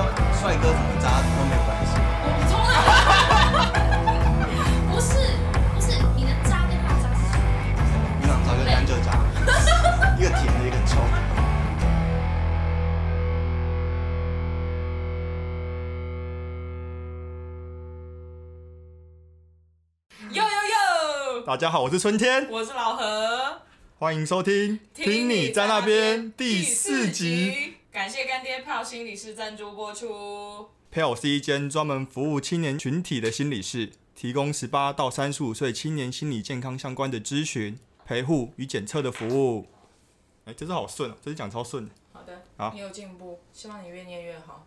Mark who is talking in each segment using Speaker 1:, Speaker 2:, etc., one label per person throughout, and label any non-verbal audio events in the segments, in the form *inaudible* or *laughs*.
Speaker 1: 歌怎么砸都没有关系。
Speaker 2: 我从来 *laughs* 不是不是，你的渣跟他的渣是什么？
Speaker 1: 你想砸就单就砸，一个甜的，一个臭的。
Speaker 3: 哟哟哟！
Speaker 4: 大家好，我是春天，
Speaker 3: 我是老何，
Speaker 4: 欢迎收听《听你在那边》第四集。，
Speaker 3: 感谢干爹票心理师赞助播出。
Speaker 4: Pale 是一间专门服务青年群体的心理室，提供十八到三十五岁青年心理健康相关的咨询、陪护与检测的服务。哎、这次好顺啊，这次讲超顺的。
Speaker 3: 好的，
Speaker 4: 好
Speaker 3: 你有进步，希望你越念越好。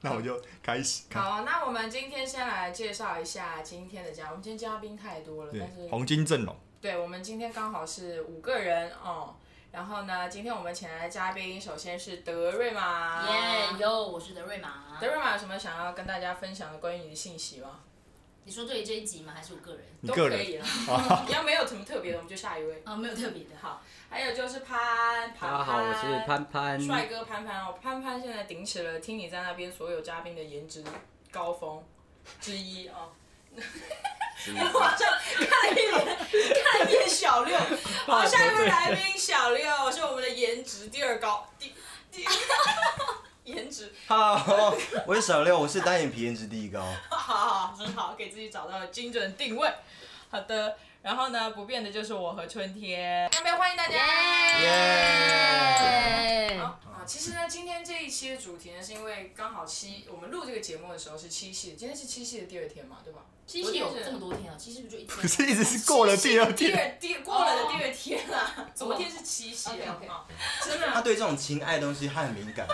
Speaker 4: 那我就开始。
Speaker 3: 好，啊那我们今天先来介绍一下今天的嘉，我们今天嘉宾太多了，
Speaker 4: 对
Speaker 3: 但是，
Speaker 4: 黄金阵容，
Speaker 3: 对，我们今天刚好是五个人哦。然后呢，今天我们请来的嘉宾首先是德瑞玛，
Speaker 2: 耶哟，我是德瑞玛
Speaker 3: 德。瑞玛有什么想要跟大家分享的关于你的信息吗？
Speaker 2: 你说对于这一集吗？还是我个人？
Speaker 4: 你
Speaker 3: 都
Speaker 4: 个
Speaker 3: 可
Speaker 4: 人
Speaker 3: 以
Speaker 4: *laughs*
Speaker 3: 了，你要没有什么特别的，我们就下一位。
Speaker 2: 啊，没有特别的。
Speaker 3: 好，还有就是潘，潘
Speaker 5: 大家好，我是潘潘。
Speaker 3: 帅哥潘潘哦，潘潘现在顶起了听你在那边所有嘉宾的颜值高峰之一哦。 *laughs* 我好像看了一眼，看了一眼小
Speaker 5: *laughs*
Speaker 3: 六。好，下一位来宾小六是我们的颜值第二高，第第 *laughs* 颜值
Speaker 1: Hello，我是小六，我是单眼皮颜值第一高。
Speaker 3: 好好好，很好，给自己找到了精准定位。好的，然后呢，不变的就是我和春天。那边欢迎大家。
Speaker 2: 哎耶
Speaker 3: 好啊，其实呢，今天这一期的主题呢，是因为刚好七，我们录这个节目的时候是七夕，今天是七夕的第二天嘛，对吧？
Speaker 2: 七夕有这么多天啊？七夕不就一天？
Speaker 4: 不 *laughs* 是一直是过了第二
Speaker 3: 第
Speaker 4: 天，
Speaker 3: 二第过了的第二天啊，昨天是七夕啊
Speaker 2: OK，OK，
Speaker 3: 啊真
Speaker 1: 他
Speaker 3: 的。
Speaker 1: 对这种情爱的东西他很敏感。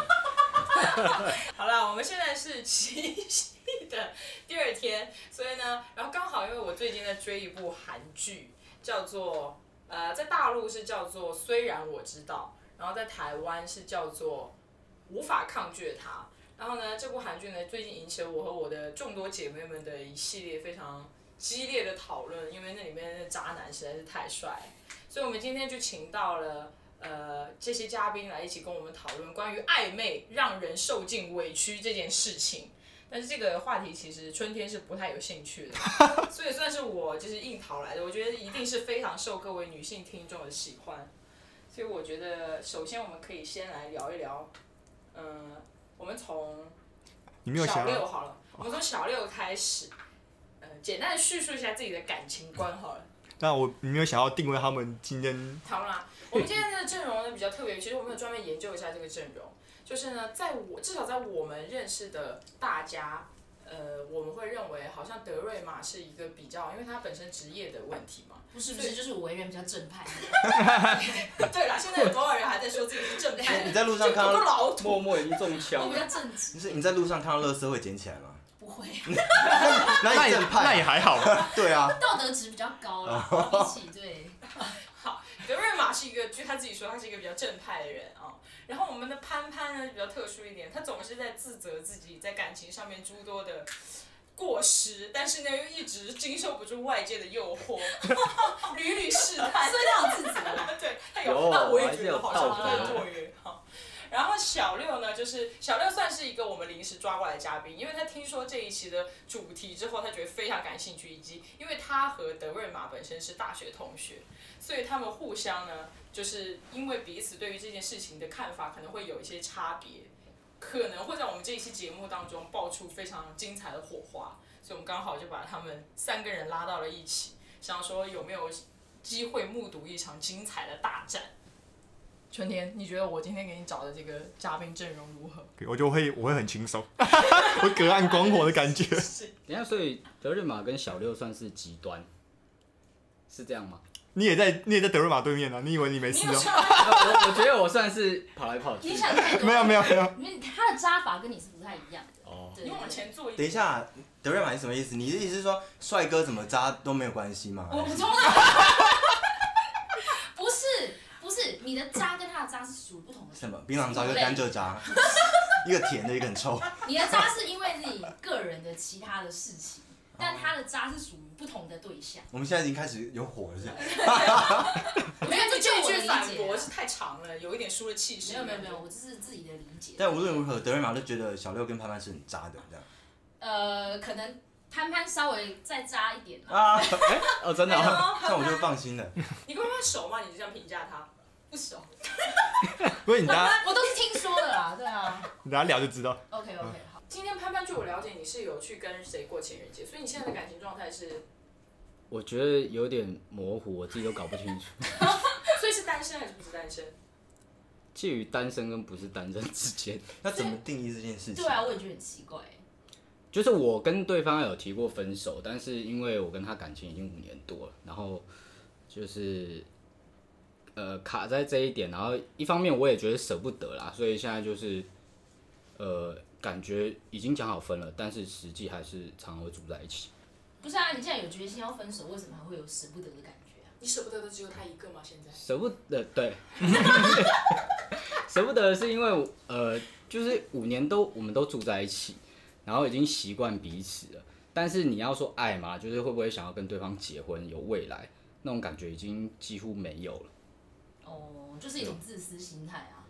Speaker 3: 好了，我们现在是七夕的第二天，所以呢，然后刚好因为我最近在追一部韩剧，叫做呃，在大陆是叫做《虽然我知道》，然后在台湾是叫做无法抗拒的他。然后呢，这部韩剧呢，最近引起了我和我的众多姐妹们的一系列非常激烈的讨论，因为那里面的渣男实在是太帅了。所以我们今天就请到了呃这些嘉宾来一起跟我们讨论关于暧昧让人受尽委屈这件事情。但是这个话题其实春天是不太有兴趣的， *laughs* 所以算是我就是硬讨来的。我觉得一定是非常受各位女性听众的喜欢，所以我觉得首先我们可以先来聊一聊，嗯、我们从
Speaker 4: 你没有
Speaker 3: 小
Speaker 4: 想
Speaker 3: 六
Speaker 4: 要
Speaker 3: 好了，我们从小六开始，呃，简单的叙述一下自己的感情观好了。
Speaker 4: 那我你没有想要定位他们今天
Speaker 3: 好啦，我们今天的阵容呢比较特别，其实我们有专门研究一下这个阵容，就是呢，在我至少在我们认识的大家，呃，我们会认为好像德瑞玛是一个比较，因为他本身职业的问题嘛。 *laughs*
Speaker 2: 不是不是，就是我为人比较正派。
Speaker 3: 对啦，现在有多少人还在说自己是正派？
Speaker 1: 你在路上看
Speaker 3: 这不
Speaker 1: 到，
Speaker 3: 老土，
Speaker 5: 默默已经
Speaker 2: *laughs*
Speaker 5: 中
Speaker 2: 我
Speaker 5: 枪
Speaker 2: 比
Speaker 5: 了。
Speaker 2: 较正直，
Speaker 1: 你是你在路上看到垃圾会捡起来吗？
Speaker 2: 不会啊，
Speaker 1: 那你正
Speaker 4: 那也
Speaker 1: 派、啊？
Speaker 4: 还好 *laughs* 吧。
Speaker 1: 对啊，
Speaker 2: 道德值比较高
Speaker 4: *laughs*
Speaker 2: 啦，比起对。
Speaker 3: 德瑞玛是一个，据他自己说，他是一个比较正派的人啊、然后我们的潘潘呢比较特殊一点，他总是在自责自己在感情上面诸多的过失，但是呢又一直经受不住外界的诱惑， *laughs* 屡屡试探。
Speaker 2: 所以他有自己的啦。
Speaker 3: *laughs* 对，他
Speaker 5: 有
Speaker 3: 有，那我
Speaker 5: 还
Speaker 3: 也
Speaker 5: 是
Speaker 3: 觉得
Speaker 5: 有
Speaker 3: 好
Speaker 5: 道
Speaker 3: 像在
Speaker 2: 德
Speaker 3: 做约哈。然后小六呢，就是小六算是一个我们临时抓过来的嘉宾，因为他听说这一期的主题之后，他觉得非常感兴趣，以及因为他和德瑞玛本身是大学同学，所以他们互相呢，就是因为彼此对于这件事情的看法可能会有一些差别，可能会在我们这一期节目当中爆出非常精彩的火花，所以我们刚好就把他们三个人拉到了一起，想说有没有机会目睹一场精彩的大战。春天，你觉得我今天给你找的这个嘉宾阵容如何？
Speaker 4: 我就会我会很轻松， *laughs* 我隔岸观火的感觉。
Speaker 5: 等一下，所以德瑞玛跟小六算是极端，是这样吗？
Speaker 4: 你也在你也在德瑞玛对面呢、啊，你以为你没
Speaker 3: 你
Speaker 4: 事
Speaker 3: 有
Speaker 4: 哦、
Speaker 1: 啊
Speaker 3: 说
Speaker 5: 啊我我觉得我算是 *laughs* 跑来跑去
Speaker 2: 你。想太多。
Speaker 4: 没有没有没有，
Speaker 2: 因为他的扎法跟你是不太一样的。
Speaker 5: 哦，
Speaker 2: 对
Speaker 3: 你往前坐
Speaker 1: 等
Speaker 3: 一点。
Speaker 1: 一下，德瑞玛是什么意思？你的意思是说帅哥怎么渣都没有关系吗？
Speaker 3: 我不从来
Speaker 2: *laughs* 不是不是，你的渣跟他的渣是属于不同的。
Speaker 1: 什么槟榔渣跟甘蔗渣，一个甜的，一个很臭。
Speaker 2: 你的渣是因为你个人的其他的事情，但他的渣是属于不同的对象。
Speaker 1: 我们现在已经开始有火了，是吧？
Speaker 2: 我
Speaker 3: 没有，这
Speaker 2: 这就
Speaker 3: 这
Speaker 2: 我的
Speaker 3: 句反
Speaker 2: 理
Speaker 3: 驳
Speaker 2: 解
Speaker 3: 是太长了，有一点输了气势。
Speaker 2: 没有没有没有，我这是自己的理解。
Speaker 1: 但无论如何，德瑞玛就觉得小六跟潘潘是很渣的，这样
Speaker 2: 呃，可能潘潘稍微再渣一点啦。
Speaker 1: 啊，
Speaker 5: 哦，真的、
Speaker 3: 哎
Speaker 5: 哦，
Speaker 3: 呦
Speaker 1: 这啊样我就放心了。
Speaker 3: 你跟他熟吗？你就这样评价他？
Speaker 2: 不熟，
Speaker 4: 不是你大家
Speaker 2: 我都是听说的啦，对啊。
Speaker 4: 你大家聊就知道。
Speaker 2: OK OK，好，
Speaker 3: 今天潘潘，据我了解，你是有去跟谁过情人节，所以你现在的感情状态是，
Speaker 1: 嗯
Speaker 5: 我觉得有点模糊，我自己都搞不清楚，
Speaker 3: 所以是单身还是不是单身？
Speaker 5: 介于单身跟不是单身之间，
Speaker 1: 那怎么定义这件事情
Speaker 2: 对？啊，我也觉得很奇怪欸。
Speaker 5: 就是我跟对方有提过分手，但是因为我跟他感情已经五年多了，然后就是呃卡在这一点，然后一方面我也觉得舍不得啦，所以现在就是呃感觉已经讲好分了，但是实际还是常常会住在一起。
Speaker 2: 不是啊，你既然有决心要分手，为什么还会有舍不得的感觉啊？
Speaker 3: 你舍不得的只有他一个吗？现在？
Speaker 5: 舍不得，对， *laughs* 舍不得是因为呃，就是五年都我们都住在一起，然后已经习惯彼此了。但是你要说爱嘛，就是会不会想要跟对方结婚有未来那种感觉，已经几乎没有了。
Speaker 2: 哦，就是一种自私心态啊，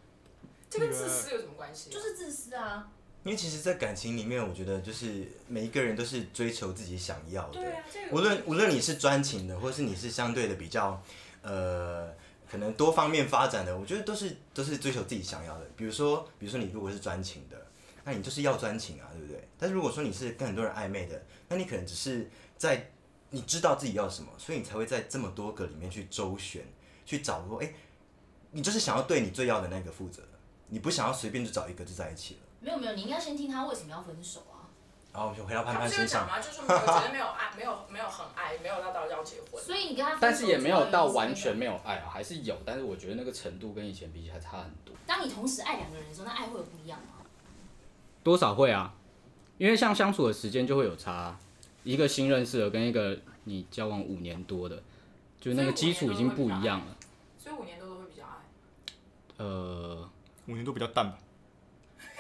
Speaker 3: 这跟自私有什么关系？
Speaker 2: 就是自私啊。
Speaker 1: 因为其实，在感情里面，我觉得就是每一个人都是追求自己想要的。
Speaker 3: 对啊，这个
Speaker 1: 无论无论你是专情的，或是你是相对的比较，呃，可能多方面发展的，我觉得都是都是追求自己想要的。比如说，比如说你如果是专情的，那你就是要专情啊，对不对？但是如果说你是跟很多人暧昧的，那你可能只是在你知道自己要什么，所以你才会在这么多个里面去周旋，去找说，哎、你就是想要对你最要的那个负责，你不想要随便就找一个就在一起了。
Speaker 2: 没有没有，你应该先听他为什么要分手啊。
Speaker 1: 然后我们哦就回到潘
Speaker 3: 他不
Speaker 1: 潘
Speaker 3: 是有
Speaker 1: 身
Speaker 3: 讲
Speaker 1: 上，
Speaker 3: 吗？就是我觉得没有爱，没有没有很爱，没有到到要结婚。
Speaker 2: 所以你跟他分手，
Speaker 5: 但是也没有到完全。没有爱啊，还是有，但是我觉得那个程度跟以前比起来差很多。
Speaker 2: 当你同时爱两个人的时候，那爱会有不一样吗？ *laughs*
Speaker 5: 多少会啊，因为像相处的时间就会有差啊、一个新认识的跟一个你交往五年多的，就是那个基础已经不一样了。
Speaker 3: 所以五年多都会比较 *laughs* 爱，
Speaker 5: 呃，
Speaker 4: 五年都比较淡吧，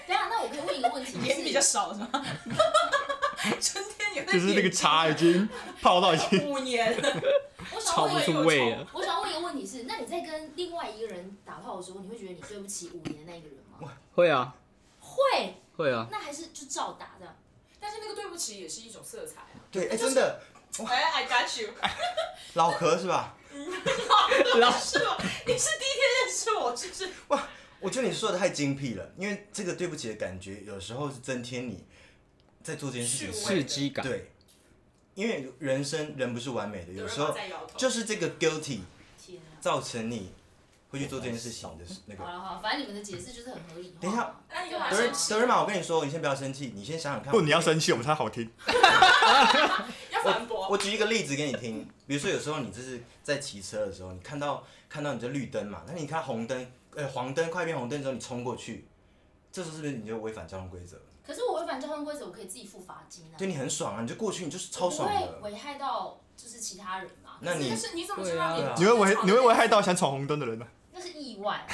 Speaker 2: 对啊，那我可以问一个问题，就
Speaker 1: *laughs*
Speaker 2: 是
Speaker 3: 少 *laughs* 是吗？春天也会
Speaker 4: 就是那个茶已经泡到已经
Speaker 3: 五年， *laughs*
Speaker 2: 我想
Speaker 5: 超
Speaker 2: 问
Speaker 5: 不
Speaker 2: 一个
Speaker 5: 出味
Speaker 4: 啊
Speaker 5: 了。
Speaker 2: 我想问一个问题是，那你在跟另外一个人打炮的时候，你会觉得你对不起五年的那一个人吗？
Speaker 5: 会啊，
Speaker 2: 会，
Speaker 5: 会啊，
Speaker 2: 那还是就照打这样。
Speaker 3: 但是那个对不起也是一种色彩啊。
Speaker 1: 对，哎、真的
Speaker 3: 哎，I got you， *laughs*
Speaker 1: 老何是吧？
Speaker 5: 老
Speaker 3: 是我，你是第一天认识我，是不是？
Speaker 1: 我觉得你说的太精辟了，因为这个对不起的感觉，有时候是增添你在做这件事情的时候
Speaker 3: 是
Speaker 5: 刺激感。
Speaker 1: 对，因为人生人不是完美的，有时候
Speaker 3: 在摇头，
Speaker 1: 就是这个 guilty
Speaker 2: 天啊！
Speaker 1: 造成你会去做这件事情的
Speaker 4: 嗯
Speaker 1: 那
Speaker 2: 好
Speaker 1: 个。
Speaker 2: 了好了，反正你们的解释就是很合理化嘛。
Speaker 1: 等一下
Speaker 3: *laughs* 那你就
Speaker 2: 好
Speaker 3: 把
Speaker 1: 德瑞
Speaker 3: 生
Speaker 2: 对
Speaker 3: 气，
Speaker 1: 德瑞玛，我跟你说，你先不要生气，你先想想看。
Speaker 4: 不，你要生气我们才好听。
Speaker 3: 要反驳。
Speaker 1: 我举一个例子给你听，比如说有时候你就是在骑车的时候，你看到看到你这绿灯嘛，那你看红灯，呃黄灯快变红灯之后，你冲过去，这时候是不是你就违反交通规则？
Speaker 2: 可是我违反交通规则，我可以自己付罚金啊。
Speaker 1: 对你很爽啊，你就过去，你就是超爽
Speaker 2: 我
Speaker 1: 的
Speaker 2: 不。会危害到就是其他人嘛？
Speaker 1: 那你
Speaker 3: 但是你怎么知道
Speaker 1: 对啊
Speaker 4: 你会危你会危害到想闯红灯的人啊呢、
Speaker 2: 那是意外。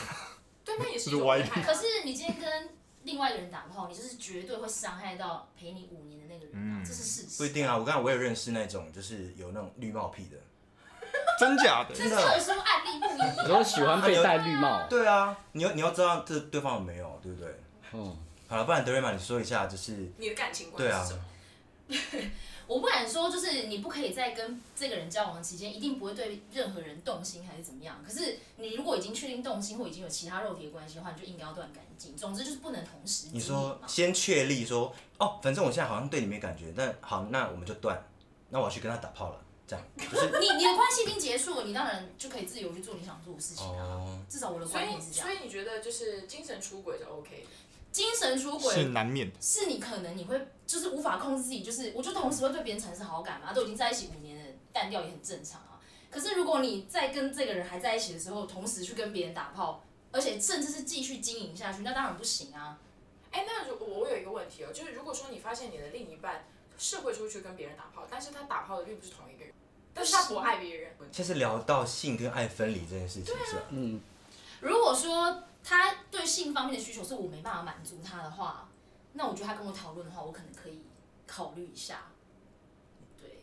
Speaker 3: 对，那也是
Speaker 4: 就是
Speaker 3: 一种
Speaker 4: 歪
Speaker 3: 危害啊。
Speaker 2: 可是你今天跟另外一个人打炮，你就是绝对会伤害到陪你五年的那个人啊，这是事
Speaker 1: 不一
Speaker 2: 实。
Speaker 1: 定啊，我刚才我也认识那种就是有那种绿帽癖的，
Speaker 4: 真假的？
Speaker 1: 真
Speaker 2: 这
Speaker 1: 的。
Speaker 2: 有时候案例不一样。
Speaker 5: 你说喜欢被戴绿帽？
Speaker 1: 对啊，你要你要知道这对方有没有，对不对？
Speaker 5: 哦，
Speaker 1: 好了，不然德瑞玛，你说一下，就是
Speaker 3: 你的感情观
Speaker 1: 对啊
Speaker 3: 是什么？
Speaker 2: 我不敢说，就是你不可以在跟这个人交往的期间，一定不会对任何人动心还是怎么样。可是你如果已经确定动心或已经有其他肉体的关系的话，你就应该要断干净。总之就是不能同时经
Speaker 1: 你
Speaker 2: 历
Speaker 1: 说
Speaker 2: 嘛。
Speaker 1: 先确立说，哦，反正我现在好像对你没感觉，但好，那我们就断，那我要去跟他打炮了，这样就是
Speaker 2: 你你的关系已经结束了，你当然就可以自由去做你想做的事情啊。
Speaker 1: 哦，
Speaker 2: 至少我的
Speaker 3: 所
Speaker 2: 观
Speaker 3: 以
Speaker 2: 念是这样
Speaker 3: 所。以你觉得就是精神出轨是 OK 的？
Speaker 2: 精神出
Speaker 4: 是
Speaker 2: 轨
Speaker 4: 难免的。
Speaker 2: 是你可能你会就是无法控制自己，就是我就同时会对别人产生好感嘛，都已经在一起五年了，淡掉也很正常啊。可是如果你在跟这个人还在一起的时候，同时去跟别人打炮，而且甚至是继续经营下去，那当然不行啊。
Speaker 3: 哎，那如我我有一个问题哦，就是如果说你发现你的另一半是会出去跟别人打炮，但是他打炮的并不是同一个人，但是他不爱别人，哦
Speaker 1: 现在是聊到性跟爱分离这件事情，是吧？
Speaker 5: 嗯，
Speaker 2: 如果说他对性方面的需求是我没办法满足他的话，那我觉得他跟我讨论的话，我可能可以考虑一下。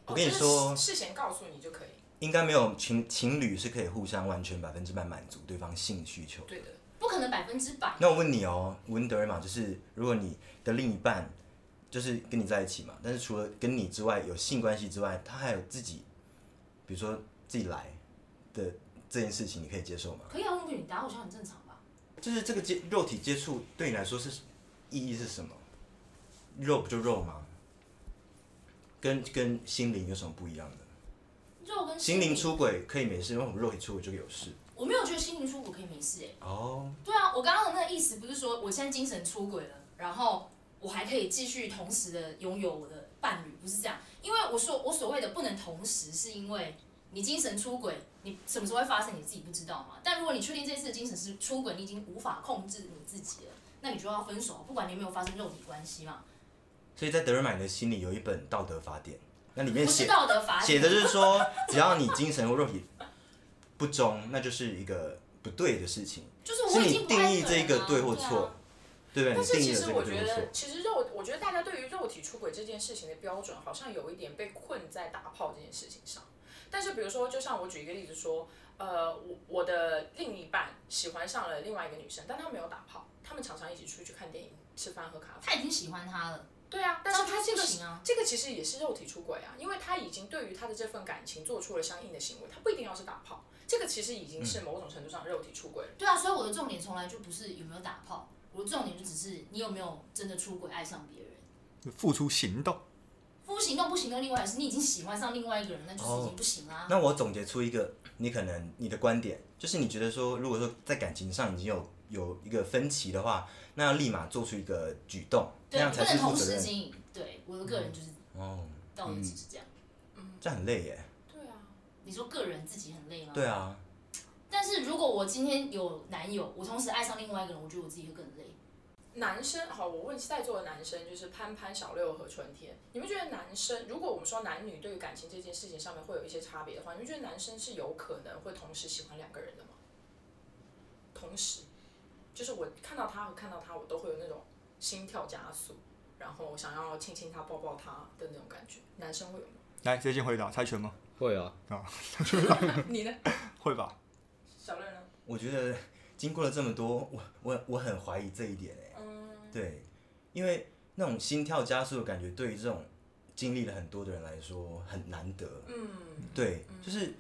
Speaker 1: 我跟你说
Speaker 3: 哦就是事先告诉你就可以。
Speaker 1: 应该没有情情侣是可以互相完全百分之百满足对方性需求。
Speaker 3: 对的，
Speaker 2: 不可能百分之百。
Speaker 1: 那我问你哦，文德尔玛，就是如果你的另一半就是跟你在一起嘛，但是除了跟你之外有性关系之外，他还有自己，比如说自己来的这件事情，你可以接受吗？
Speaker 2: 可以啊，问女答好像很正常吧？
Speaker 1: 就是这个接肉体接触对你来说是意义是什么？肉不就肉吗？跟跟心灵有什么不一样的？
Speaker 2: 肉跟
Speaker 1: 心灵，出轨可以没事，因为我们肉体出轨就有事。
Speaker 2: 我没有觉得心灵出轨可以没事哎、
Speaker 1: 哦，
Speaker 2: 对啊，我刚刚的那个意思不是说我现在精神出轨了，然后我还可以继续同时的拥有我的伴侣，不是这样。因为我说我所谓的不能同时，是因为你精神出轨，你什么时候会发生你自己不知道嘛。但如果你确定这次的精神是出轨，你已经无法控制你自己了，那你就要分手，不管你有没有发生肉体关系嘛。
Speaker 1: 所以在德尔买的心里有一本道德法典，那里面
Speaker 2: 不是
Speaker 1: 写
Speaker 2: 道德法
Speaker 1: 写
Speaker 2: 典，
Speaker 1: 的就是说，只要你精神或肉体不忠，那就是一个不对的事情，
Speaker 2: 就是
Speaker 1: 是
Speaker 2: 我已
Speaker 1: 你
Speaker 2: 经不爱
Speaker 1: 定义
Speaker 2: 你
Speaker 1: 这
Speaker 2: 个
Speaker 1: 个对或
Speaker 2: 啊
Speaker 1: 错，对不对？
Speaker 3: 啊但
Speaker 1: 你定
Speaker 3: 是
Speaker 1: 义
Speaker 3: 其
Speaker 1: 了
Speaker 3: 实
Speaker 1: 这
Speaker 3: 我
Speaker 1: 个对
Speaker 3: 觉
Speaker 1: 或错
Speaker 3: 得，。其实肉，我觉得大家对于肉体出轨这件事情的标准，好像有一点被困在打炮这件事情上。但是比如说，就像我举一个例子说，呃，我我的另一半喜欢上了另外一个女生，但他没有打炮，他们常常一起出去看电影、吃饭、喝咖啡。
Speaker 2: 他已经喜欢他了，
Speaker 3: 对啊，但是他
Speaker 2: 这样就
Speaker 3: 这个
Speaker 2: 不行啊
Speaker 3: 这个其实也是肉体出轨啊，因为他已经对于他的这份感情做出了相应的行为，他不一定要是打炮，这个其实已经是某种程度上肉体出轨了。
Speaker 2: 对啊，所以我的重点从来就不是有没有打炮，我的重点就只是你有没有真的出轨爱上别人。
Speaker 4: 付出行动。
Speaker 2: 不行动不行动，另外是你已经喜欢上另外一个人，那就是已
Speaker 1: 哦
Speaker 2: 经不行啦、
Speaker 3: 啊
Speaker 1: 那我总结出一个，你可能你的观点就是你觉得说，如果说在感情上已经有有一个分歧的话，那要立马做出一个举动，那
Speaker 2: 对，
Speaker 1: 样
Speaker 2: 你不
Speaker 1: 才是
Speaker 2: 能
Speaker 1: 负
Speaker 2: 同
Speaker 1: 责
Speaker 2: 时
Speaker 1: 任。
Speaker 2: 经营。对，我的个人就是
Speaker 1: 哦，
Speaker 2: 道德只是这样。
Speaker 1: 这样很累耶。
Speaker 3: 对啊，
Speaker 2: 你说个人自己很累吗？
Speaker 1: 对。啊，
Speaker 2: 但是如果我今天有男友，我同时爱上另外一个人，我觉得我自己会更累。
Speaker 3: 男生好，我问在座的男生，就是潘潘、小六和春天，你们觉得男生，如果我们说男女对于感情这件事情上面会有一些差别的话，你们觉得男生是有可能会同时喜欢两个人的吗？同时，就是我看到他和看到他，我都会有那种心跳加速，然后想要亲亲他、抱抱他的那种感觉，男生会有吗？
Speaker 4: 来，谁先回答？猜拳吗？
Speaker 5: 会啊，
Speaker 3: *laughs* 你呢？
Speaker 4: 会吧？
Speaker 3: 小六呢？
Speaker 1: 我觉得经过了这么多，我我我很怀疑这一点哎。
Speaker 2: 嗯
Speaker 1: 对，因为那种心跳加速的感觉，对于这种经历了很多的人来说很难得。
Speaker 3: 嗯，
Speaker 1: 对，就是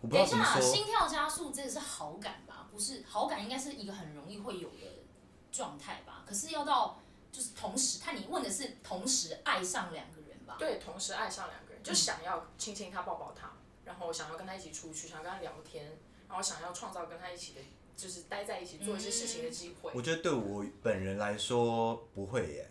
Speaker 1: 我不知
Speaker 2: 等
Speaker 1: 道
Speaker 2: 一
Speaker 1: 怎么
Speaker 2: 下，啊
Speaker 1: 说。
Speaker 2: 心跳加速这个是好感吧？不是好感，应该是一个很容易会有的状态吧？可是要到就是同时，看你问的是同时爱上两个人吧？
Speaker 3: 对，同时爱上两个
Speaker 1: 嗯
Speaker 3: 人，就想要亲亲他、抱抱他，然后想要跟他一起出去，想要跟他聊天，然后想要创造跟他一起的，就是待在一起做一些事情的机会。
Speaker 1: 我觉得对我本人来说不会耶，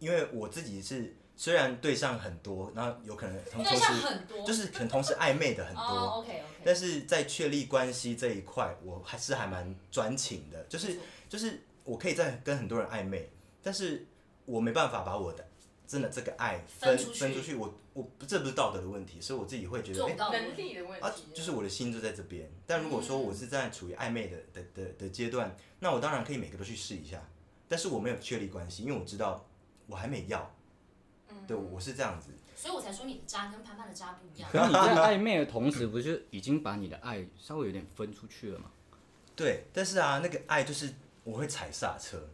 Speaker 1: 因为我自己是虽然对象很多，然后有可能同
Speaker 2: 对
Speaker 1: 同
Speaker 2: 象
Speaker 1: 时
Speaker 2: 很多，
Speaker 1: 就是可能同时暧昧的很多，
Speaker 2: 哦，OK OK。
Speaker 1: 但是在确立关系这一块，我还是还蛮专情的，就是
Speaker 2: 没错
Speaker 1: 就是我可以在跟很多人暧昧，但是我没办法把我的真的这个爱分
Speaker 2: 分出去
Speaker 1: 出去，我我不这不是道德的问题，是我自己会觉得，
Speaker 2: 做不
Speaker 1: 哎、
Speaker 2: 到的
Speaker 3: 能力的问题、
Speaker 1: 啊，就是我的心就在这边。但如果说我是在处于暧昧的的的的阶段，那我当然可以每个都去试一下，但是我没有确立关系，因为我知道我还没要，
Speaker 2: 嗯
Speaker 1: 对，我是这样子。
Speaker 2: 所以我才说你的渣跟潘潘的渣不一样。
Speaker 5: 可是你在暧昧的同时，不就已经把你的爱稍微有点分出去了吗？
Speaker 1: 对，但是啊，那个爱就是我会踩刹车，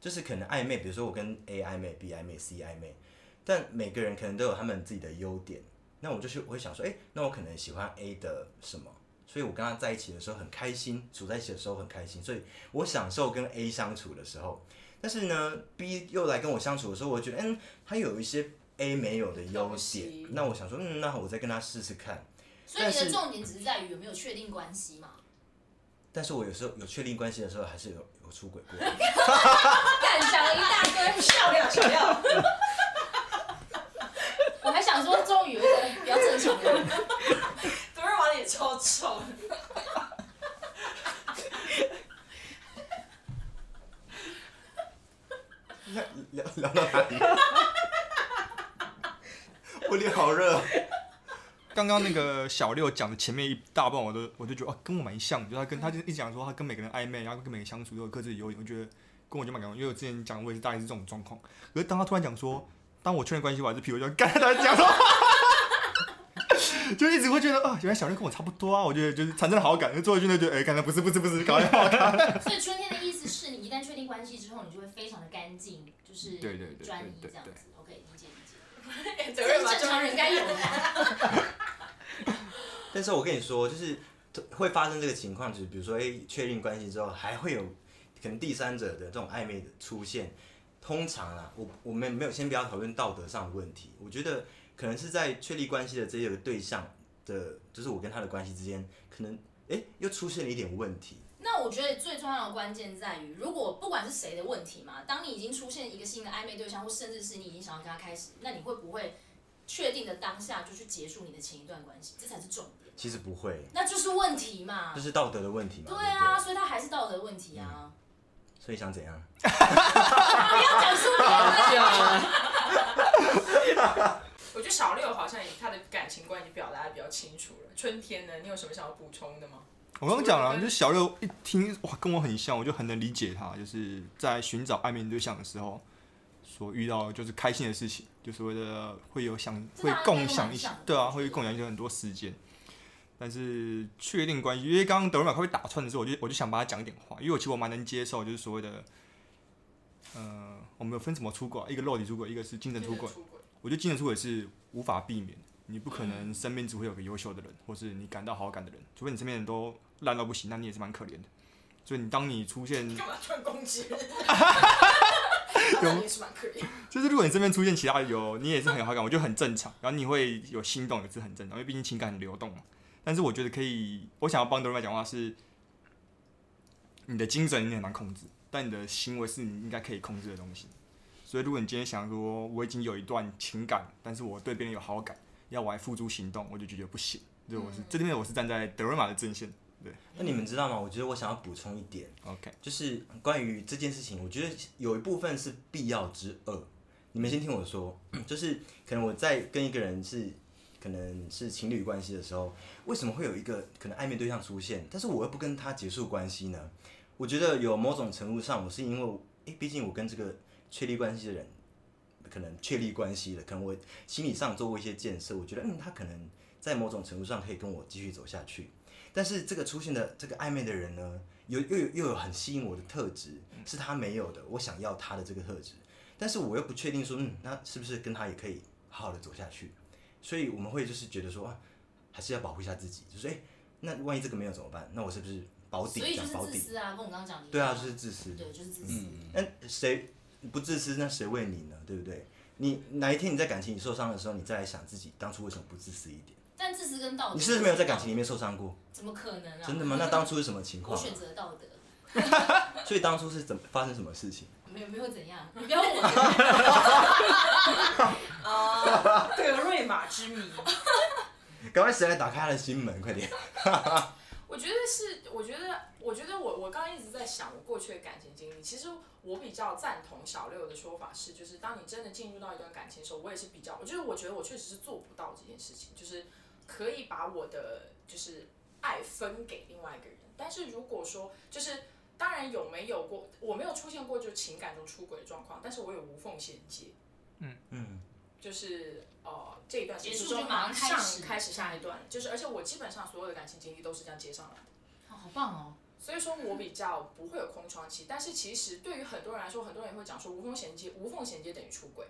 Speaker 1: 就是可能暧昧，比如说我跟 A 暧昧、B 暧昧、C 暧昧，但每个人可能都有他们自己的优点。那我就是我会想说，哎、那我可能喜欢 A 的什么，所以我跟他在一起的时候很开心，处在一起的时候很开心，所以我享受跟 A 相处的时候。但是呢，B 又来跟我相处的时候，我觉得，嗯，他有一些 A 没有的优
Speaker 3: 东西
Speaker 1: 点，那我想说，嗯，那我再跟他试试看。
Speaker 2: 所以你
Speaker 1: 但
Speaker 2: 的
Speaker 1: 是
Speaker 2: 重点只是在于有没有确定关系嘛？
Speaker 1: 但是我有时候有确定关系的时候，还是有有出轨过。
Speaker 2: 敢讲了一大堆，
Speaker 3: 漂亮漂亮，
Speaker 2: 我还想说，终于有一个比较正常的人。
Speaker 3: 德瑞瓦脸超丑。
Speaker 1: 聊 *laughs* 聊到哪里？我脸好热。
Speaker 4: 刚刚那个小六讲的前面一大半，我都我就觉得啊，跟我蛮像，就他跟他就一直讲说他跟每个人暧昧，然后跟每个人相处都有各自的优点，我觉得跟我就蛮感动，因为我之前讲我也是大概是这种状况。可是当他突然讲说，当我确认关系，我还是劈腿，我就干他讲说， *laughs* 就一直会觉得啊，原来小六跟我差不多啊，我觉得就是产生了好感，就做进去就觉得哎，感觉不是不是不是，搞得好看。
Speaker 2: 所以春天的意思是你一旦确定关系之后，你就会非常的干净，就是
Speaker 4: 对对对
Speaker 2: 专一
Speaker 4: 对对
Speaker 2: 这样子。OK，理解理解，
Speaker 3: 哎德
Speaker 2: 这
Speaker 3: 瑞
Speaker 2: 是
Speaker 3: 玛
Speaker 2: 正常人该有的啊。
Speaker 1: 但是我跟你说，就是会发生这个情况，就是比如说，哎、确定关系之后，还会有可能第三者的这种暧昧的出现。通常啊，我我们没有先不要讨论道德上的问题，我觉得可能是在确立关系的这个对象的，就是我跟他的关系之间，可能哎、又出现了一点问题。
Speaker 2: 那我觉得最重要的关键在于，如果不管是谁的问题嘛，当你已经出现一个新的暧昧对象，或甚至是你已经想要跟他开始，那你会不会确定的当下就去结束你的前一段关系？这才是重点，
Speaker 1: 其实不会，
Speaker 2: 那就是问题嘛
Speaker 1: 这。是道德的问题嘛？
Speaker 2: 对
Speaker 1: 对
Speaker 2: 啊，
Speaker 1: 不
Speaker 2: 所以他还是道德问题啊。
Speaker 1: 对，所以想怎样？
Speaker 2: 不要讲出来。
Speaker 3: 我觉得小六好像也他的感情观已经表达的比较清楚了。春天呢，你有什么想要补充的吗？
Speaker 4: 我刚刚讲了，就是小六一听哇，跟我很像，我就很能理解他，就是在寻找暧昧对象的时候，所遇到的就是开心的事情，就是为了会有想
Speaker 2: 这
Speaker 4: 会
Speaker 2: 大家应该
Speaker 4: 共
Speaker 2: 都
Speaker 4: 享
Speaker 2: 蛮
Speaker 4: 一些
Speaker 2: 像的，
Speaker 4: 对啊，
Speaker 2: 我觉得
Speaker 4: 会共享一些很多时间。但是确定关系，因为刚刚德瑞玛快被打穿的时候，我就我就想把他讲一点话，因为我其实我蛮能接受，就是所谓的，呃，我们有分什么出轨啊，一个肉体出轨，一个是精神出轨。
Speaker 3: 出轨，
Speaker 4: 我觉得精神出轨是无法避免的，你不可能身边只会有个优秀的人，或是你感到好感的人，除非你身边人都烂到不行，那你也是蛮可怜的。所以你当你出现，
Speaker 3: 干嘛突然攻击
Speaker 1: *laughs*
Speaker 3: 人？
Speaker 4: 有
Speaker 3: 你也是蛮可怜的。
Speaker 4: 就是如果你身边出现其他有你也是很有好感，我觉得很正常，然后你会有心动也是很正常，因为毕竟情感很流动嘛。但是我觉得可以，我想要帮德瑞玛讲话是，你的精神你很难控制，但你的行为是你应该可以控制的东西。所以如果你今天想说我已经有一段情感，但是我对别人有好感，要我来付诸行动，我就觉得不行。对，我是、这里面我是站在德瑞玛的阵线。
Speaker 1: 那你们知道吗？我觉得我想要补充一点。
Speaker 4: OK，
Speaker 1: 就是关于这件事情，我觉得有一部分是必要之恶。你们先听我说，就是可能我在跟一个人是可能是情侣关系的时候，为什么会有一个可能暧昧对象出现，但是我又不跟他结束关系呢？我觉得有某种程度上，我是因为，诶，毕竟我跟这个确立关系的人，可能确立关系了，可能我心理上做过一些建设，我觉得，嗯，他可能在某种程度上可以跟我继续走下去。但是这个出现的这个暧昧的人呢，有又有又有很吸引我的特质，是他没有的，我想要他的这个特质，但是我又不确定说，嗯，那是不是跟他也可以好好的走下去？所以我们会就是觉得说，啊，还是要保护一下自己，就是哎、那万一这个没有怎么办？那我是不是保底
Speaker 2: 所以
Speaker 1: 这
Speaker 2: 就
Speaker 1: 样
Speaker 2: 是
Speaker 1: 保
Speaker 2: 自
Speaker 1: 底？
Speaker 2: 私啊，跟我刚刚讲的一样。
Speaker 1: 对啊，就是自嗯私。
Speaker 2: 对，就是自私。
Speaker 1: 那谁不自私，那谁为你呢？对不对？你哪一天你在感情里受伤的时候，你再来想自己当初为什么不自私一点？
Speaker 2: 但自私跟道德，
Speaker 1: 你是不是没有在感情里面受伤过？
Speaker 2: 怎么可能啊？
Speaker 1: 真的吗？那当初是什么情
Speaker 2: 我
Speaker 1: 况？
Speaker 2: 选择道德，
Speaker 1: 所以当初是怎么发生什么事情？
Speaker 2: 没有没有怎样，你不要问我。
Speaker 1: *laughs*
Speaker 3: 啊， *laughs* 德瑞玛之谜。
Speaker 1: 赶快谁来打开他的心门？快
Speaker 2: 哦
Speaker 1: 点！
Speaker 3: 我觉得是，我觉得，我觉得我我刚刚一直在想我过去的感情经历。其实我比较赞同小六的说法是，就是当你真的进入到一段感情的时候，我也是比较，我就是我觉得我确实是做不到这件事情，就是可以把我的就是爱分给另外一个人。但是如果说就是当然有没有过，我没有出现过就情感中出轨的状况，但是我有无缝衔接，
Speaker 1: 嗯，
Speaker 3: 就是呃这一段
Speaker 2: 结束
Speaker 3: 之后
Speaker 2: 就马上开始
Speaker 3: 开始下一段，哦就是而且我基本上所有的感情经历都是这样接上来的。
Speaker 2: 哦好棒哦！
Speaker 3: 所以说我比较不会有空窗期，但是其实对于很多人来说，很多人也会讲说无缝衔接，无缝衔接等于出轨，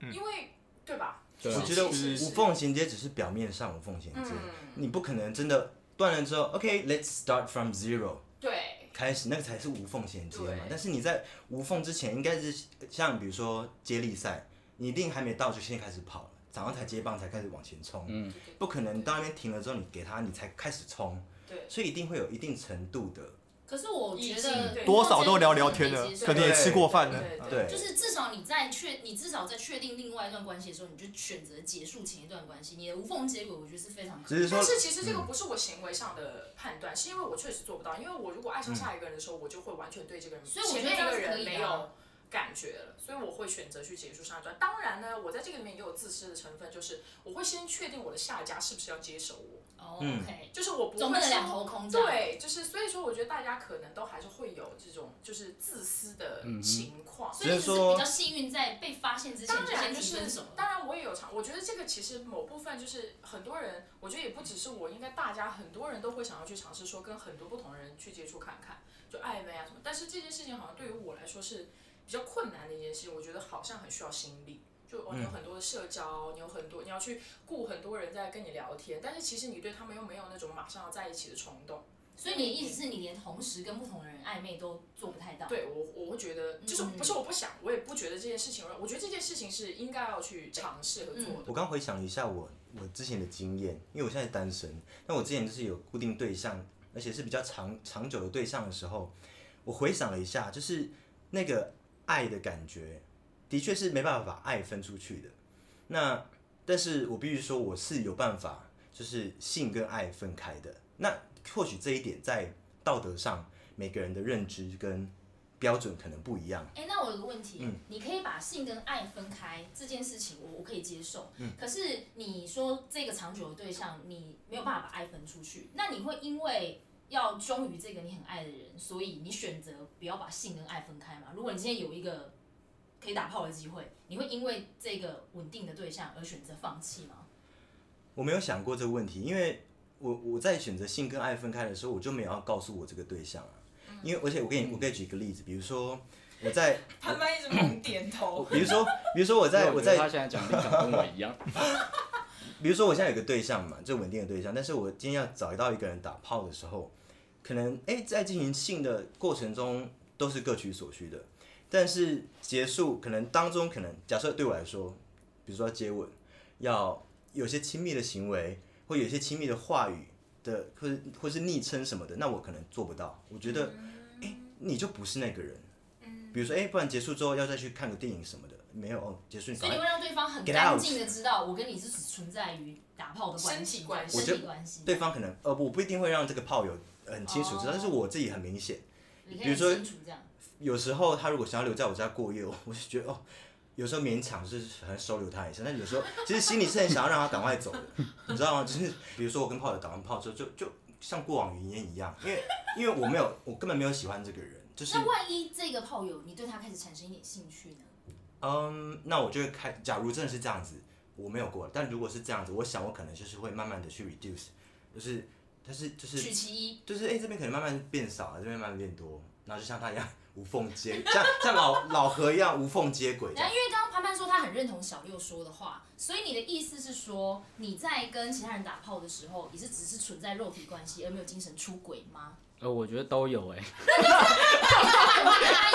Speaker 3: 因为对吧？
Speaker 5: 对
Speaker 1: *laughs*
Speaker 5: 啊
Speaker 1: 嗯我觉得
Speaker 3: 是
Speaker 1: 无缝衔接只是表面上无缝衔接，
Speaker 3: 嗯，
Speaker 1: 你不可能真的断了之后，OK，let's、start from zero
Speaker 3: 对，
Speaker 1: 开始，那个才是无缝衔接
Speaker 3: 对
Speaker 1: 嘛。但是你在无缝之前，应该是像比如说接力赛，你一定还没到就先开始跑了，找到台接棒才开始往前冲。
Speaker 5: 嗯，
Speaker 1: 不可能，你到那边停了之后，你给他，你才开始冲，
Speaker 3: 对，
Speaker 1: 所以一定会有一定程度的。
Speaker 2: 可是我觉
Speaker 3: 异性
Speaker 2: 得
Speaker 3: 对
Speaker 4: 多少都聊聊天
Speaker 2: 的
Speaker 4: 了，，可能也吃过饭了。
Speaker 3: 对
Speaker 1: 对，
Speaker 2: 就是至少你在确，你至少在确定另外一段关系的时候，你就选择结束前一段关系，你的无缝接轨，我觉得是非常可
Speaker 1: 只是说
Speaker 3: 但，是其实这个不是我行为上的判断，是因为我确实做不到。因为我如果爱上下一个人的时候，我就会完全对这个人，
Speaker 2: 所以我觉得
Speaker 3: 前面那个
Speaker 2: 这样是可
Speaker 3: 人
Speaker 2: 以的啊
Speaker 3: 没有感觉了，所以我会选择去结束上一段。当然呢，我在这个里面也有自私的成分，就是我会先确定我的下家是不是要接手我。
Speaker 2: 哦
Speaker 1: 嗯
Speaker 2: ，OK，
Speaker 3: 就是我不
Speaker 2: 总不能
Speaker 3: 会说
Speaker 2: 两头空这样。
Speaker 3: 对，就是所以说，我觉得大家可能都还是会有这种就是自私的情况。
Speaker 2: 所以你只
Speaker 1: 只是
Speaker 2: 是
Speaker 1: 说
Speaker 2: 比较幸运，在被发现之前
Speaker 3: 当
Speaker 2: 就
Speaker 3: 然
Speaker 2: 先
Speaker 3: 就
Speaker 2: 提
Speaker 3: 是
Speaker 2: 分手，
Speaker 3: 当
Speaker 2: 了。
Speaker 3: 然我也有尝，我觉得这个其实某部分就是很多人，我觉得也不只是我，应该大家很多人都会想要去尝试说跟很多不同人去接触看看，就暧昧啊什么。但是这件事情好像对于我来说是比较困难的一件事情，我觉得好像很需要心力。就哦，你
Speaker 2: 嗯
Speaker 3: 有很多的社交，你有很多你要去顾很多人在跟你聊天，但是其实你对他们又没有那种马上要在一起的冲动。
Speaker 2: 所以你的意思是你连同时跟不同的人暧昧都做不太到？
Speaker 3: 对我，我会觉得就是
Speaker 2: 嗯
Speaker 3: 不是我不想，我也不觉得这件事情，我觉得这件事情是应该要去尝试和
Speaker 2: 嗯
Speaker 3: 做的。
Speaker 1: 我刚回想了一下我我之前的经验，因为我现在单身，但我之前就是有固定对象，而且是比较长长久的对象的时候，我回想了一下，就是那个爱的感觉，的确是没办法把爱分出去的。那但是我必须说，我是有办法，就是性跟爱分开的。那或许这一点在道德上，每个人的认知跟标准可能不一样。
Speaker 2: 哎、那我有个问
Speaker 1: 嗯
Speaker 2: 题，你可以把性跟爱分开这件事情我，我可以接受。
Speaker 1: 嗯
Speaker 2: 可是你说这个长久的对象，你没有办法把爱分出去，那你会因为要忠于这个你很爱的人，所以你选择不要把性跟爱分开嘛？如果你今天有一个可以打炮的机会，你会因为这个稳定的对象而选择放弃
Speaker 1: 哎
Speaker 2: 吗？
Speaker 1: 我没有想过这个问题，因为我我在选择性跟爱分开的时候，我就没有要告诉我这个对象啊。因为而且我给你我可以举一个例子，比如说我在，
Speaker 3: 潘潘一直猛点头，
Speaker 1: 比如说比如说我在
Speaker 5: 我
Speaker 1: 我
Speaker 5: 觉
Speaker 1: 在
Speaker 5: 得他现在讲的讲跟我
Speaker 4: *laughs*
Speaker 5: 一样，
Speaker 1: 比如说我现在有个对象嘛，就稳定的对象，但是我今天要找到一个人打炮的时候，可能哎、诶在进行性的过程中都是各取所需的，但是结束可能当中可能假设对我来说，比如说要接吻，要有些亲密的行为，或有些亲密的话语的，或是或是昵称什么的，那我可能做不到。我觉得
Speaker 2: 嗯
Speaker 1: 哎、诶你就不是那个人。比如说，哎、不然结束之后要再去看个电影什么的，没有，哦、结束你
Speaker 2: 所
Speaker 1: 赶
Speaker 2: 以你
Speaker 1: 快
Speaker 2: 会让对方很
Speaker 1: Get
Speaker 2: 干
Speaker 1: out
Speaker 2: 净的知道，我跟你是只存在于打炮的关
Speaker 3: 身
Speaker 2: 系
Speaker 3: 体关，系
Speaker 2: 身体关系，
Speaker 1: 对方可能呃，我不一定会让这个炮友很清楚知道，
Speaker 2: 哦
Speaker 1: 但是我自己很明显。
Speaker 2: 你可
Speaker 1: 比
Speaker 2: 以
Speaker 1: 如说
Speaker 2: 很清楚这样。
Speaker 1: 有时候他如果想要留在我家过夜，我 *laughs* 我就觉得哦，有时候勉强就是很收留他一下，但有时候其实心里是很想要让他赶快走
Speaker 2: *laughs*
Speaker 1: 的，你知道吗？就是比如说我跟炮友打完炮之后，就就像过往云烟一样，因为因为我没有，我根本没有喜欢这个人，就是
Speaker 2: 那万一这个炮友你对他开始产生一点兴趣呢？
Speaker 1: 嗯，那我就会开。假如真的是这样子，我没有过，但如果是这样子，我想我可能就是会慢慢的去 reduce，就是但是就是
Speaker 2: 取其一，
Speaker 1: 就是哎、欸这边可能慢慢变少，这边慢慢变多，然后就像他一样无缝接，像像老老何一样无缝接轨这样
Speaker 2: 然后，。因为刚刚潘潘说他很认同小六说的话，所以你的意思是说，你在跟其他人打炮的时候，也是只是存在肉体关系，而没有精神出轨
Speaker 1: *laughs*
Speaker 2: 吗？
Speaker 5: 呃，我觉得都有哎、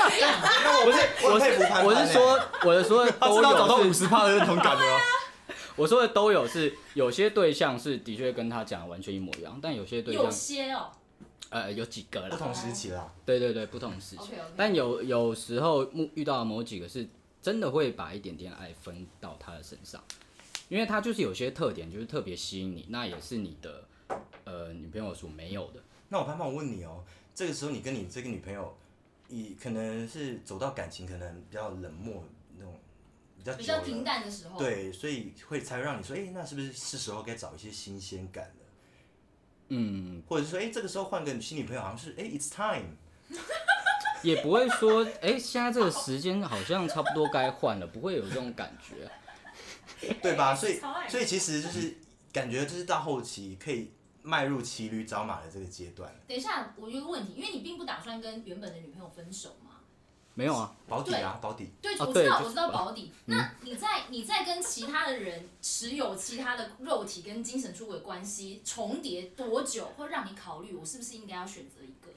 Speaker 2: 哎呀
Speaker 1: 那我不是
Speaker 5: 我
Speaker 1: 佩服潘潘
Speaker 5: 我
Speaker 1: 欸
Speaker 5: 是说，我是说
Speaker 4: *laughs* 他
Speaker 5: 都
Speaker 4: 知道找到
Speaker 5: 有
Speaker 4: 五
Speaker 5: 是，
Speaker 4: 十帕的认同感了哦。
Speaker 5: *laughs* 我说的都有是有些对象是的确跟他讲的完全一模一样，但有些对
Speaker 2: 有
Speaker 5: 象
Speaker 2: 些哦
Speaker 5: 呃有几个
Speaker 1: 不
Speaker 5: 啦，
Speaker 1: 同时期啦，
Speaker 5: 对对对，不同事情。
Speaker 2: ，OK OK，
Speaker 5: 但有有时候遇遇到某几个是真的会把一点点爱分到他的身上，因为他就是有些特点就是特别吸引你，那也是你的呃女朋友所没有的。
Speaker 1: 那我潘潘，我问你哦，这个时候你跟你这个女朋友，以可能是走到感情可能比较冷漠那种，比较
Speaker 2: 比较
Speaker 1: 久了
Speaker 2: 平淡的哦时候，，
Speaker 1: 对，所以会才会让你说，哎、那是不是是时候该找一些新鲜感了？
Speaker 5: 嗯，
Speaker 1: 或者说，哎、这个时候换个新女朋友，好像是，哎、i t s time。
Speaker 5: 也不会说，哎、现在这个时间好像差不多该换了，不会有这种感觉。
Speaker 1: 对吧？所以
Speaker 3: 超爱
Speaker 1: 所以其实就是感觉就是到后期可以迈入骑驴找马的这个阶段了，
Speaker 2: 等一下我有个问题，因为你并不打算跟原本的女朋友分手嘛，
Speaker 5: 没有啊，
Speaker 1: 保底啊，保底。
Speaker 2: 对，
Speaker 5: 哦
Speaker 2: 我知
Speaker 5: 对
Speaker 2: 道，
Speaker 5: 就嗯
Speaker 2: 我知道保底。那你在你在跟其他的人持有其他的肉体跟精神出轨关系重叠多久，会让你考虑我是不是应该要选择一个？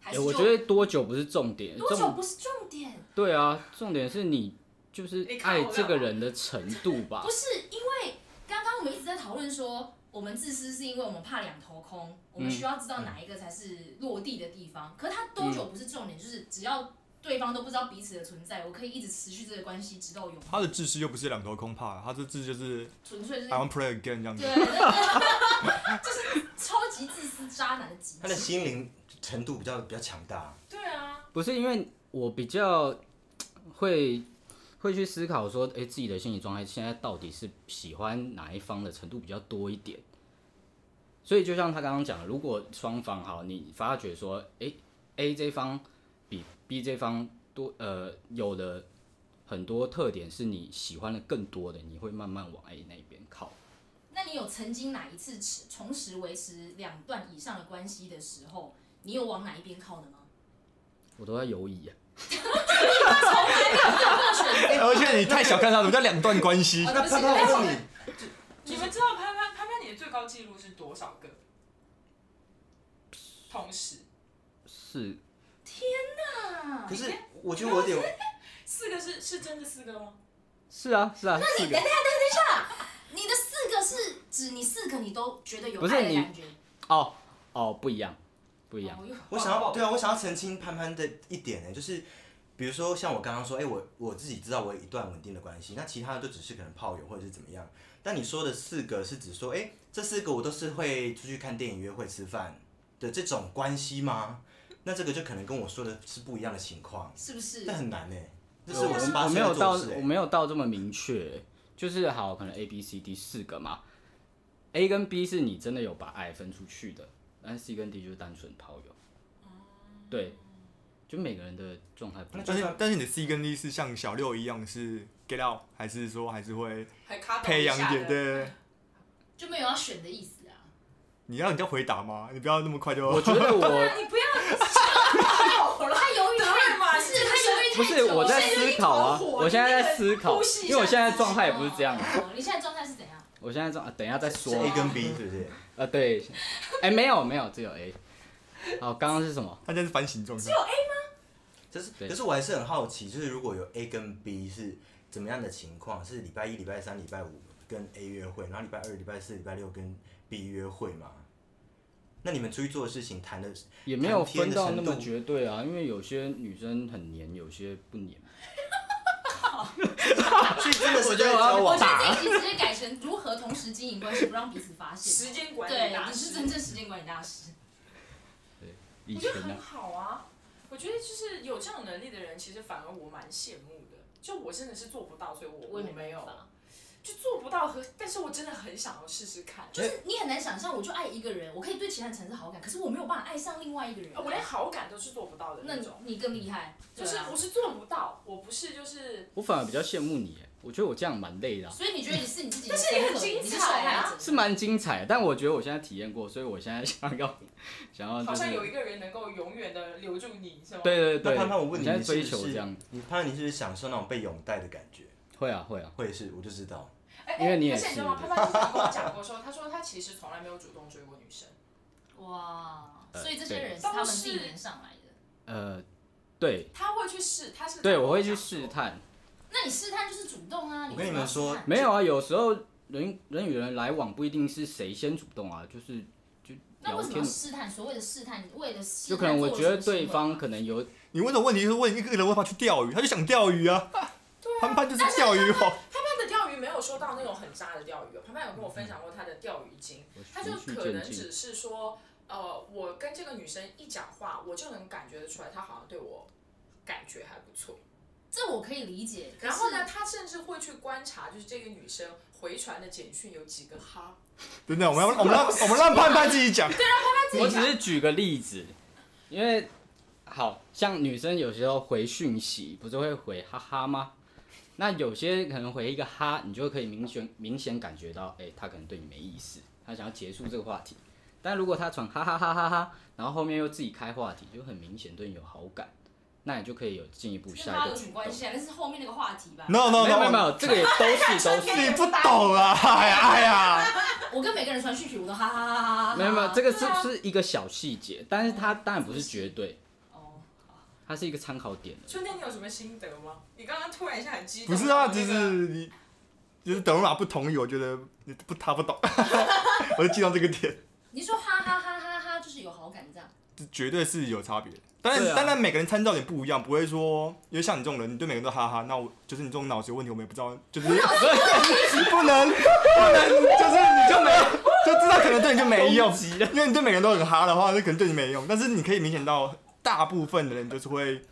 Speaker 2: 还
Speaker 5: 哎、
Speaker 2: 是就
Speaker 5: 我觉得多久不是重点，
Speaker 2: 多久
Speaker 5: 重
Speaker 2: 不是重点，
Speaker 5: 对啊，重点是你就是
Speaker 3: 你看
Speaker 5: 爱
Speaker 3: 我
Speaker 5: 这个
Speaker 3: 干嘛
Speaker 5: 人的程度吧
Speaker 2: 不。是因为刚刚我们一直在讨论说，我们自私是因为我们怕两头空，我
Speaker 5: 嗯
Speaker 2: 们需要知道哪一个才是落地的地方。可是它多久
Speaker 5: 嗯
Speaker 2: 不是重点，就是只要对方都不知道彼此的存在，我可以一直持续这个关系直到永
Speaker 4: 他
Speaker 2: 远，
Speaker 4: 的自私又不是两头空怕，他的自私就是
Speaker 2: 纯粹就是
Speaker 4: I want play again 这样子
Speaker 5: *laughs*
Speaker 2: 对，。就是超级自私渣男的极
Speaker 1: 他的
Speaker 2: 致。
Speaker 1: 心灵程度比较比较强大，
Speaker 3: 对啊，
Speaker 5: 不是因为我比较会会去思考说，哎、自己的心理状态现在到底是喜欢哪一方的程度比较多一点，所以就像他刚刚讲的，如果双方好，你发觉说，诶 a 这方比 B 这方多，呃，有的很多特点是你喜欢的更多的，你会慢慢往 A 那边靠。
Speaker 2: 那你有曾经哪一次持重拾维持两段以上的关系的时候，你有往哪一边靠的吗？
Speaker 5: 我都在犹疑、啊，
Speaker 4: 而且你太小看他，怎么叫两段关系
Speaker 2: 哦？
Speaker 1: 那
Speaker 2: 对不起
Speaker 1: 潘潘，
Speaker 2: 对不起
Speaker 1: 我问你，
Speaker 3: 你们知道潘潘潘潘你的最高纪录是多少个？同时
Speaker 5: 是
Speaker 2: 啊
Speaker 3: 嗯
Speaker 1: 可是我觉得我有点
Speaker 3: 四个是是真的四个吗？
Speaker 5: 是啊是啊，四个
Speaker 2: 你的四个是指你四个你都觉得有
Speaker 5: 不是
Speaker 2: 爱的
Speaker 5: 你
Speaker 2: 感觉，
Speaker 5: 哦哦不一样，不一样，
Speaker 2: 哦又
Speaker 1: 我想要对啊，我想要澄清潘潘的一点呢，就是比如说像我刚刚说，哎、我我自己知道我有一段稳定的关系，那其他的就只是可能炮友或者是怎么样。但你说的四个是指说，哎、这四个我都是会出去看电影、约会、吃饭的这种关系吗？那这个就可能跟我说的是不一样的情况，
Speaker 2: 是不是
Speaker 1: 但？很难呢。这是
Speaker 5: 我
Speaker 1: 十
Speaker 5: 呃我
Speaker 1: 八
Speaker 5: 没
Speaker 1: 岁
Speaker 5: 有
Speaker 1: 的
Speaker 5: 到
Speaker 1: 做事
Speaker 5: 我
Speaker 1: 哎，
Speaker 5: 没有到这么明确，就是好，可能 A B C D 四个嘛，A 跟 B 是你真的有把爱分出去的，但是 C 跟 D 就是单纯炮友，
Speaker 3: 哦
Speaker 5: 对，就每个人的状态不一
Speaker 1: 那
Speaker 5: 样
Speaker 1: 就
Speaker 4: 但是但是你的 C 跟 D 是像小六一样是 get out，还是说还是会
Speaker 3: 还卡
Speaker 4: 培养一
Speaker 3: 下
Speaker 4: 点？
Speaker 3: 的。
Speaker 4: 对，
Speaker 2: 就没有要选的意思啊。
Speaker 4: 你要人家回答吗？你不要那么快就。
Speaker 5: 我觉得
Speaker 3: *laughs*
Speaker 5: 我
Speaker 3: 啊，你不要有了，
Speaker 2: 他犹豫
Speaker 3: 对
Speaker 2: 太
Speaker 3: 嘛？
Speaker 2: 不是他犹豫太久，
Speaker 5: 不是我在思考啊，
Speaker 3: 我
Speaker 5: 我现在在思
Speaker 3: 你那个
Speaker 5: 考
Speaker 3: 呼吸，一下
Speaker 5: 因为我现在状态也不是这样，
Speaker 2: 哦。你现在状态是怎样？
Speaker 5: 我现在状，啊等一下再
Speaker 1: 是
Speaker 5: 说，
Speaker 1: A 跟 B 是不是？
Speaker 5: 呃对，哎没有没有只有 A，好，刚刚是什么？
Speaker 4: *laughs* 他现在是反省状态，
Speaker 1: 这是，
Speaker 5: 对
Speaker 1: 可是我还是很好奇，就是如果有 A 跟 B 是怎么样的情况？是礼拜一、礼拜三、礼拜五跟 A 约会，然后礼拜二、礼拜四、礼拜六跟 B 约会吗？那你们出去做的事情 *laughs* 谈的，
Speaker 5: 也没有
Speaker 1: 谈天
Speaker 5: 分
Speaker 1: 的
Speaker 5: 到
Speaker 1: 程
Speaker 5: 那么
Speaker 1: 度
Speaker 5: 绝对啊，因为有些女生很黏，有些不
Speaker 1: *laughs*
Speaker 5: 黏。
Speaker 1: 所以真的
Speaker 5: 我
Speaker 1: 是
Speaker 5: 觉
Speaker 1: 在
Speaker 5: 得我要
Speaker 1: 交
Speaker 5: 被
Speaker 2: 我
Speaker 1: 往
Speaker 2: 觉得这一集直接改成如何同时经营关系，不让彼此发现。
Speaker 3: 时间管理
Speaker 2: 对，
Speaker 3: 大
Speaker 2: 你
Speaker 3: 师
Speaker 2: 是真正时间管理大师。
Speaker 5: 以
Speaker 3: 我觉
Speaker 5: 前
Speaker 3: 得
Speaker 5: 呢
Speaker 3: 很、好啊。我觉得就是有这种能力的人，其实反而我蛮羡慕的。就我真的是做不到，所以我
Speaker 2: 我也
Speaker 3: 没有
Speaker 2: 办，法
Speaker 3: 就做不到和，但是我真的很想要试试看。就
Speaker 2: 就是是你很难想象，我就爱一个人，我可以对其他人产生好感，可是我没有办法爱上另外一个人。
Speaker 3: 我连好感都是做不到的
Speaker 2: 那
Speaker 3: 那
Speaker 2: 你
Speaker 3: 种，
Speaker 2: 你更厉害，
Speaker 3: 就是我是做不到，我不是就是
Speaker 5: 我反而比较羡慕你耶，我觉得我这样蛮累的啊、
Speaker 2: 所以你觉得你是你自己的
Speaker 3: 但
Speaker 2: 功
Speaker 3: 是
Speaker 2: 课，
Speaker 3: 你很精
Speaker 2: 你是受
Speaker 3: 彩
Speaker 2: 害
Speaker 3: 啊
Speaker 2: 者，
Speaker 5: 是蛮精彩的。但我觉得我现在体验过，所以我现在想要 *laughs* 想要
Speaker 3: 好
Speaker 5: 嗯就是
Speaker 3: 像有一个人能够永远的留住你，是吗？
Speaker 5: 对对对，
Speaker 1: 那潘潘，我问你，
Speaker 5: 现在
Speaker 1: 你是
Speaker 5: 追
Speaker 1: 不
Speaker 5: 求这
Speaker 1: 是
Speaker 5: 样，
Speaker 1: 你潘潘，你是不是享受那种被拥戴的感觉？
Speaker 5: 会啊会啊，
Speaker 1: 会是，我就知道。
Speaker 3: 哎，哎
Speaker 5: 因为你也
Speaker 3: 而且你知道吗？
Speaker 5: 是
Speaker 3: 潘潘之前跟我讲过说，他说他其实从来没有主动追过女生，
Speaker 2: 哇！
Speaker 5: 呃
Speaker 2: 所以这些
Speaker 5: 对
Speaker 2: 人是他
Speaker 3: 都
Speaker 2: 们
Speaker 3: 是
Speaker 2: 自己连上来的。
Speaker 5: 呃，对
Speaker 3: 他会去试，他
Speaker 2: *laughs*
Speaker 3: 是
Speaker 5: 对，我会去试。探。
Speaker 2: 那你试探就是主动啊！
Speaker 1: 我跟你们说
Speaker 2: 干嘛试探
Speaker 5: 没有啊，有时候人人与人来往不一定是谁先主动啊，就是就
Speaker 2: 那
Speaker 5: 聊
Speaker 2: 为什么要
Speaker 5: 天，
Speaker 2: 试探？所谓的试探，为了试探
Speaker 5: 就可能我觉得对方
Speaker 2: 做
Speaker 5: 可能有
Speaker 4: 你问的问题就是问一个人问他去钓鱼，他就想钓鱼啊。潘潘就是钓鱼哦，
Speaker 3: 潘潘的钓鱼没有说到那种很渣的钓鱼哦，潘潘有跟我分享过他的钓鱼经，他就
Speaker 5: 循序
Speaker 3: 可
Speaker 5: 渐
Speaker 3: 能
Speaker 5: 进，
Speaker 3: 只是说，呃，我跟这个女生一讲话，我就能感觉得出来，她好像对我感觉还不错。
Speaker 2: 什么这我可以理解。
Speaker 3: 然后呢，
Speaker 2: 可是？
Speaker 3: 他甚至会去观察，就是这个女生回传的简讯有几个哈，
Speaker 4: 真的，我们要我们让我们让潘潘自己讲。
Speaker 5: 我只是举个例子，因为好像女生有时候回讯息不是会回哈哈吗？那有些可能回一个哈，你就可以明显明显感觉到，哎、她可能对你没意思，她想要结束这个话题。但如果她传哈哈哈哈哈，然后后面又自己开话题，就很明显对你有好感，那你就可以有进一步
Speaker 2: 跟
Speaker 5: 下
Speaker 2: 他有
Speaker 5: 一个
Speaker 2: 什么
Speaker 5: 主
Speaker 2: 关
Speaker 5: 动。
Speaker 2: 系啊？那是后面那个话题吧。
Speaker 4: No
Speaker 5: 没
Speaker 4: no
Speaker 5: 有没有没
Speaker 4: no，
Speaker 5: 有，这个也都是都是，
Speaker 4: 你不懂啊！哎呀哎呀，
Speaker 2: 我跟每个人传讯息，我都哈哈哈哈哈哈。
Speaker 5: 没有没有，这个是
Speaker 2: 对啊
Speaker 5: 是一个小细节，但是它当然不是绝对，
Speaker 2: 哦，好
Speaker 5: 它是一个参考点的。
Speaker 3: 春天，你有什么心得吗？你刚刚突然一下很激动，
Speaker 4: 不是啊，
Speaker 3: 那
Speaker 4: 就
Speaker 3: 个
Speaker 4: 是你就是德罗玛不同意，我觉得你不他不懂， *laughs* 我就记到这个点，
Speaker 2: 你说哈哈哈哈哈，就是有好感这样。
Speaker 4: 这绝对是有差别。当然
Speaker 5: 对啊
Speaker 4: 当然每个人参照点不一样，不会说因为像你这种人，你对每个人都哈哈，那我就是你这种脑子有问题，我们也不知道，就是不能不能就是你就没就知道可能对你就没用，因为你对每个人都很哈的话，那可能对你没用。但是你可以明显到大部分的人就是会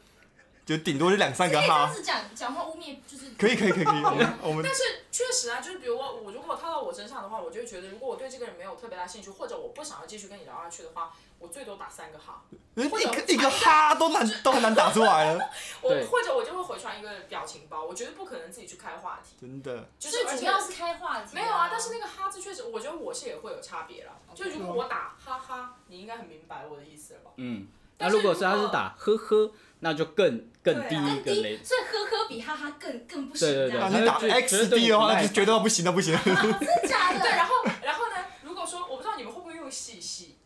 Speaker 4: 就顶多就两三个
Speaker 2: 这样
Speaker 4: 哈。
Speaker 2: 子讲讲话污蔑就是
Speaker 4: 可以可以可以可以，我们我们
Speaker 3: 但是确实啊，就是比如我，我如果套到我身上的话，我就会觉得，如果我对这个人没有特别大兴趣，或者我不想要继续跟你聊下去的话，我最多打三个哈，
Speaker 4: 一个一个哈都难都很难打出来了，
Speaker 3: 我
Speaker 5: 对
Speaker 3: 或者我就会回传一个表情包，我绝对不可能自己去开话题，
Speaker 4: 真的。
Speaker 3: 就
Speaker 2: 最
Speaker 3: 是而
Speaker 2: 主
Speaker 3: 且
Speaker 2: 要是开话题、
Speaker 3: 没有啊，但是那个哈字确实，我觉得我是也会有差别啦。就如果我打哈哈，你应该很明白我的意思了吧？
Speaker 5: 嗯，那
Speaker 3: 但是
Speaker 5: 如果是他
Speaker 3: 如
Speaker 5: 是
Speaker 3: 果
Speaker 5: 打呵呵，那就更更
Speaker 3: 对
Speaker 5: 低
Speaker 3: 啊
Speaker 5: 一
Speaker 2: 更
Speaker 5: 个雷
Speaker 2: 低，。所以呵呵比哈哈更更不行，
Speaker 5: 对
Speaker 2: 这
Speaker 5: 对对
Speaker 2: 样
Speaker 4: 那
Speaker 2: 子
Speaker 4: 你打
Speaker 5: 绝绝
Speaker 4: X
Speaker 5: 对
Speaker 4: D 的
Speaker 5: 不
Speaker 4: 话，那
Speaker 5: 耐
Speaker 4: 就
Speaker 5: 烦
Speaker 4: 绝对要不行，那不行。
Speaker 2: 真假的？
Speaker 3: 对，然后然后呢？如果说我不知道你们会不会用细细，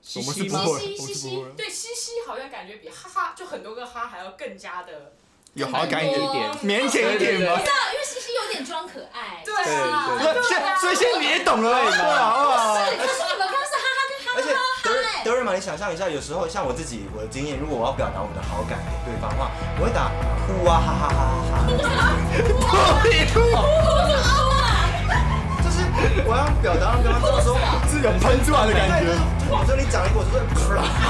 Speaker 5: 嘻
Speaker 4: 我们是
Speaker 5: 嘻
Speaker 4: 不
Speaker 5: 吗？
Speaker 2: 嘻
Speaker 4: 会，我们是
Speaker 2: 嘻
Speaker 4: 不会。
Speaker 3: 对嘻嘻好像感觉比哈哈就很多个哈还要更加的
Speaker 4: 有好感一
Speaker 5: 一
Speaker 4: 点，
Speaker 3: 哦
Speaker 5: 点，
Speaker 4: 腼腆一点吧。
Speaker 2: 因为西西有点装可爱。
Speaker 3: 对
Speaker 5: 对
Speaker 3: 啊，
Speaker 5: 对
Speaker 4: 那现所以现在你也懂了，对吧？
Speaker 2: 对，可是你们刚刚是哈哈跟哈
Speaker 1: 而且德瑞 *laughs* 德瑞玛，你想象一下，有时候像我自己，我的经验，如果我要表达我的好感给对方的话，我会打呼啊哈哈哈哈哈， *laughs*
Speaker 3: 啊
Speaker 4: 哦
Speaker 1: 就是我要表达让对方知道说， *laughs*
Speaker 4: 是有喷出来的
Speaker 1: 对，
Speaker 4: 感
Speaker 1: 就是
Speaker 4: 觉。
Speaker 1: 就是我说你讲一个，我就会啪啦。
Speaker 2: 欸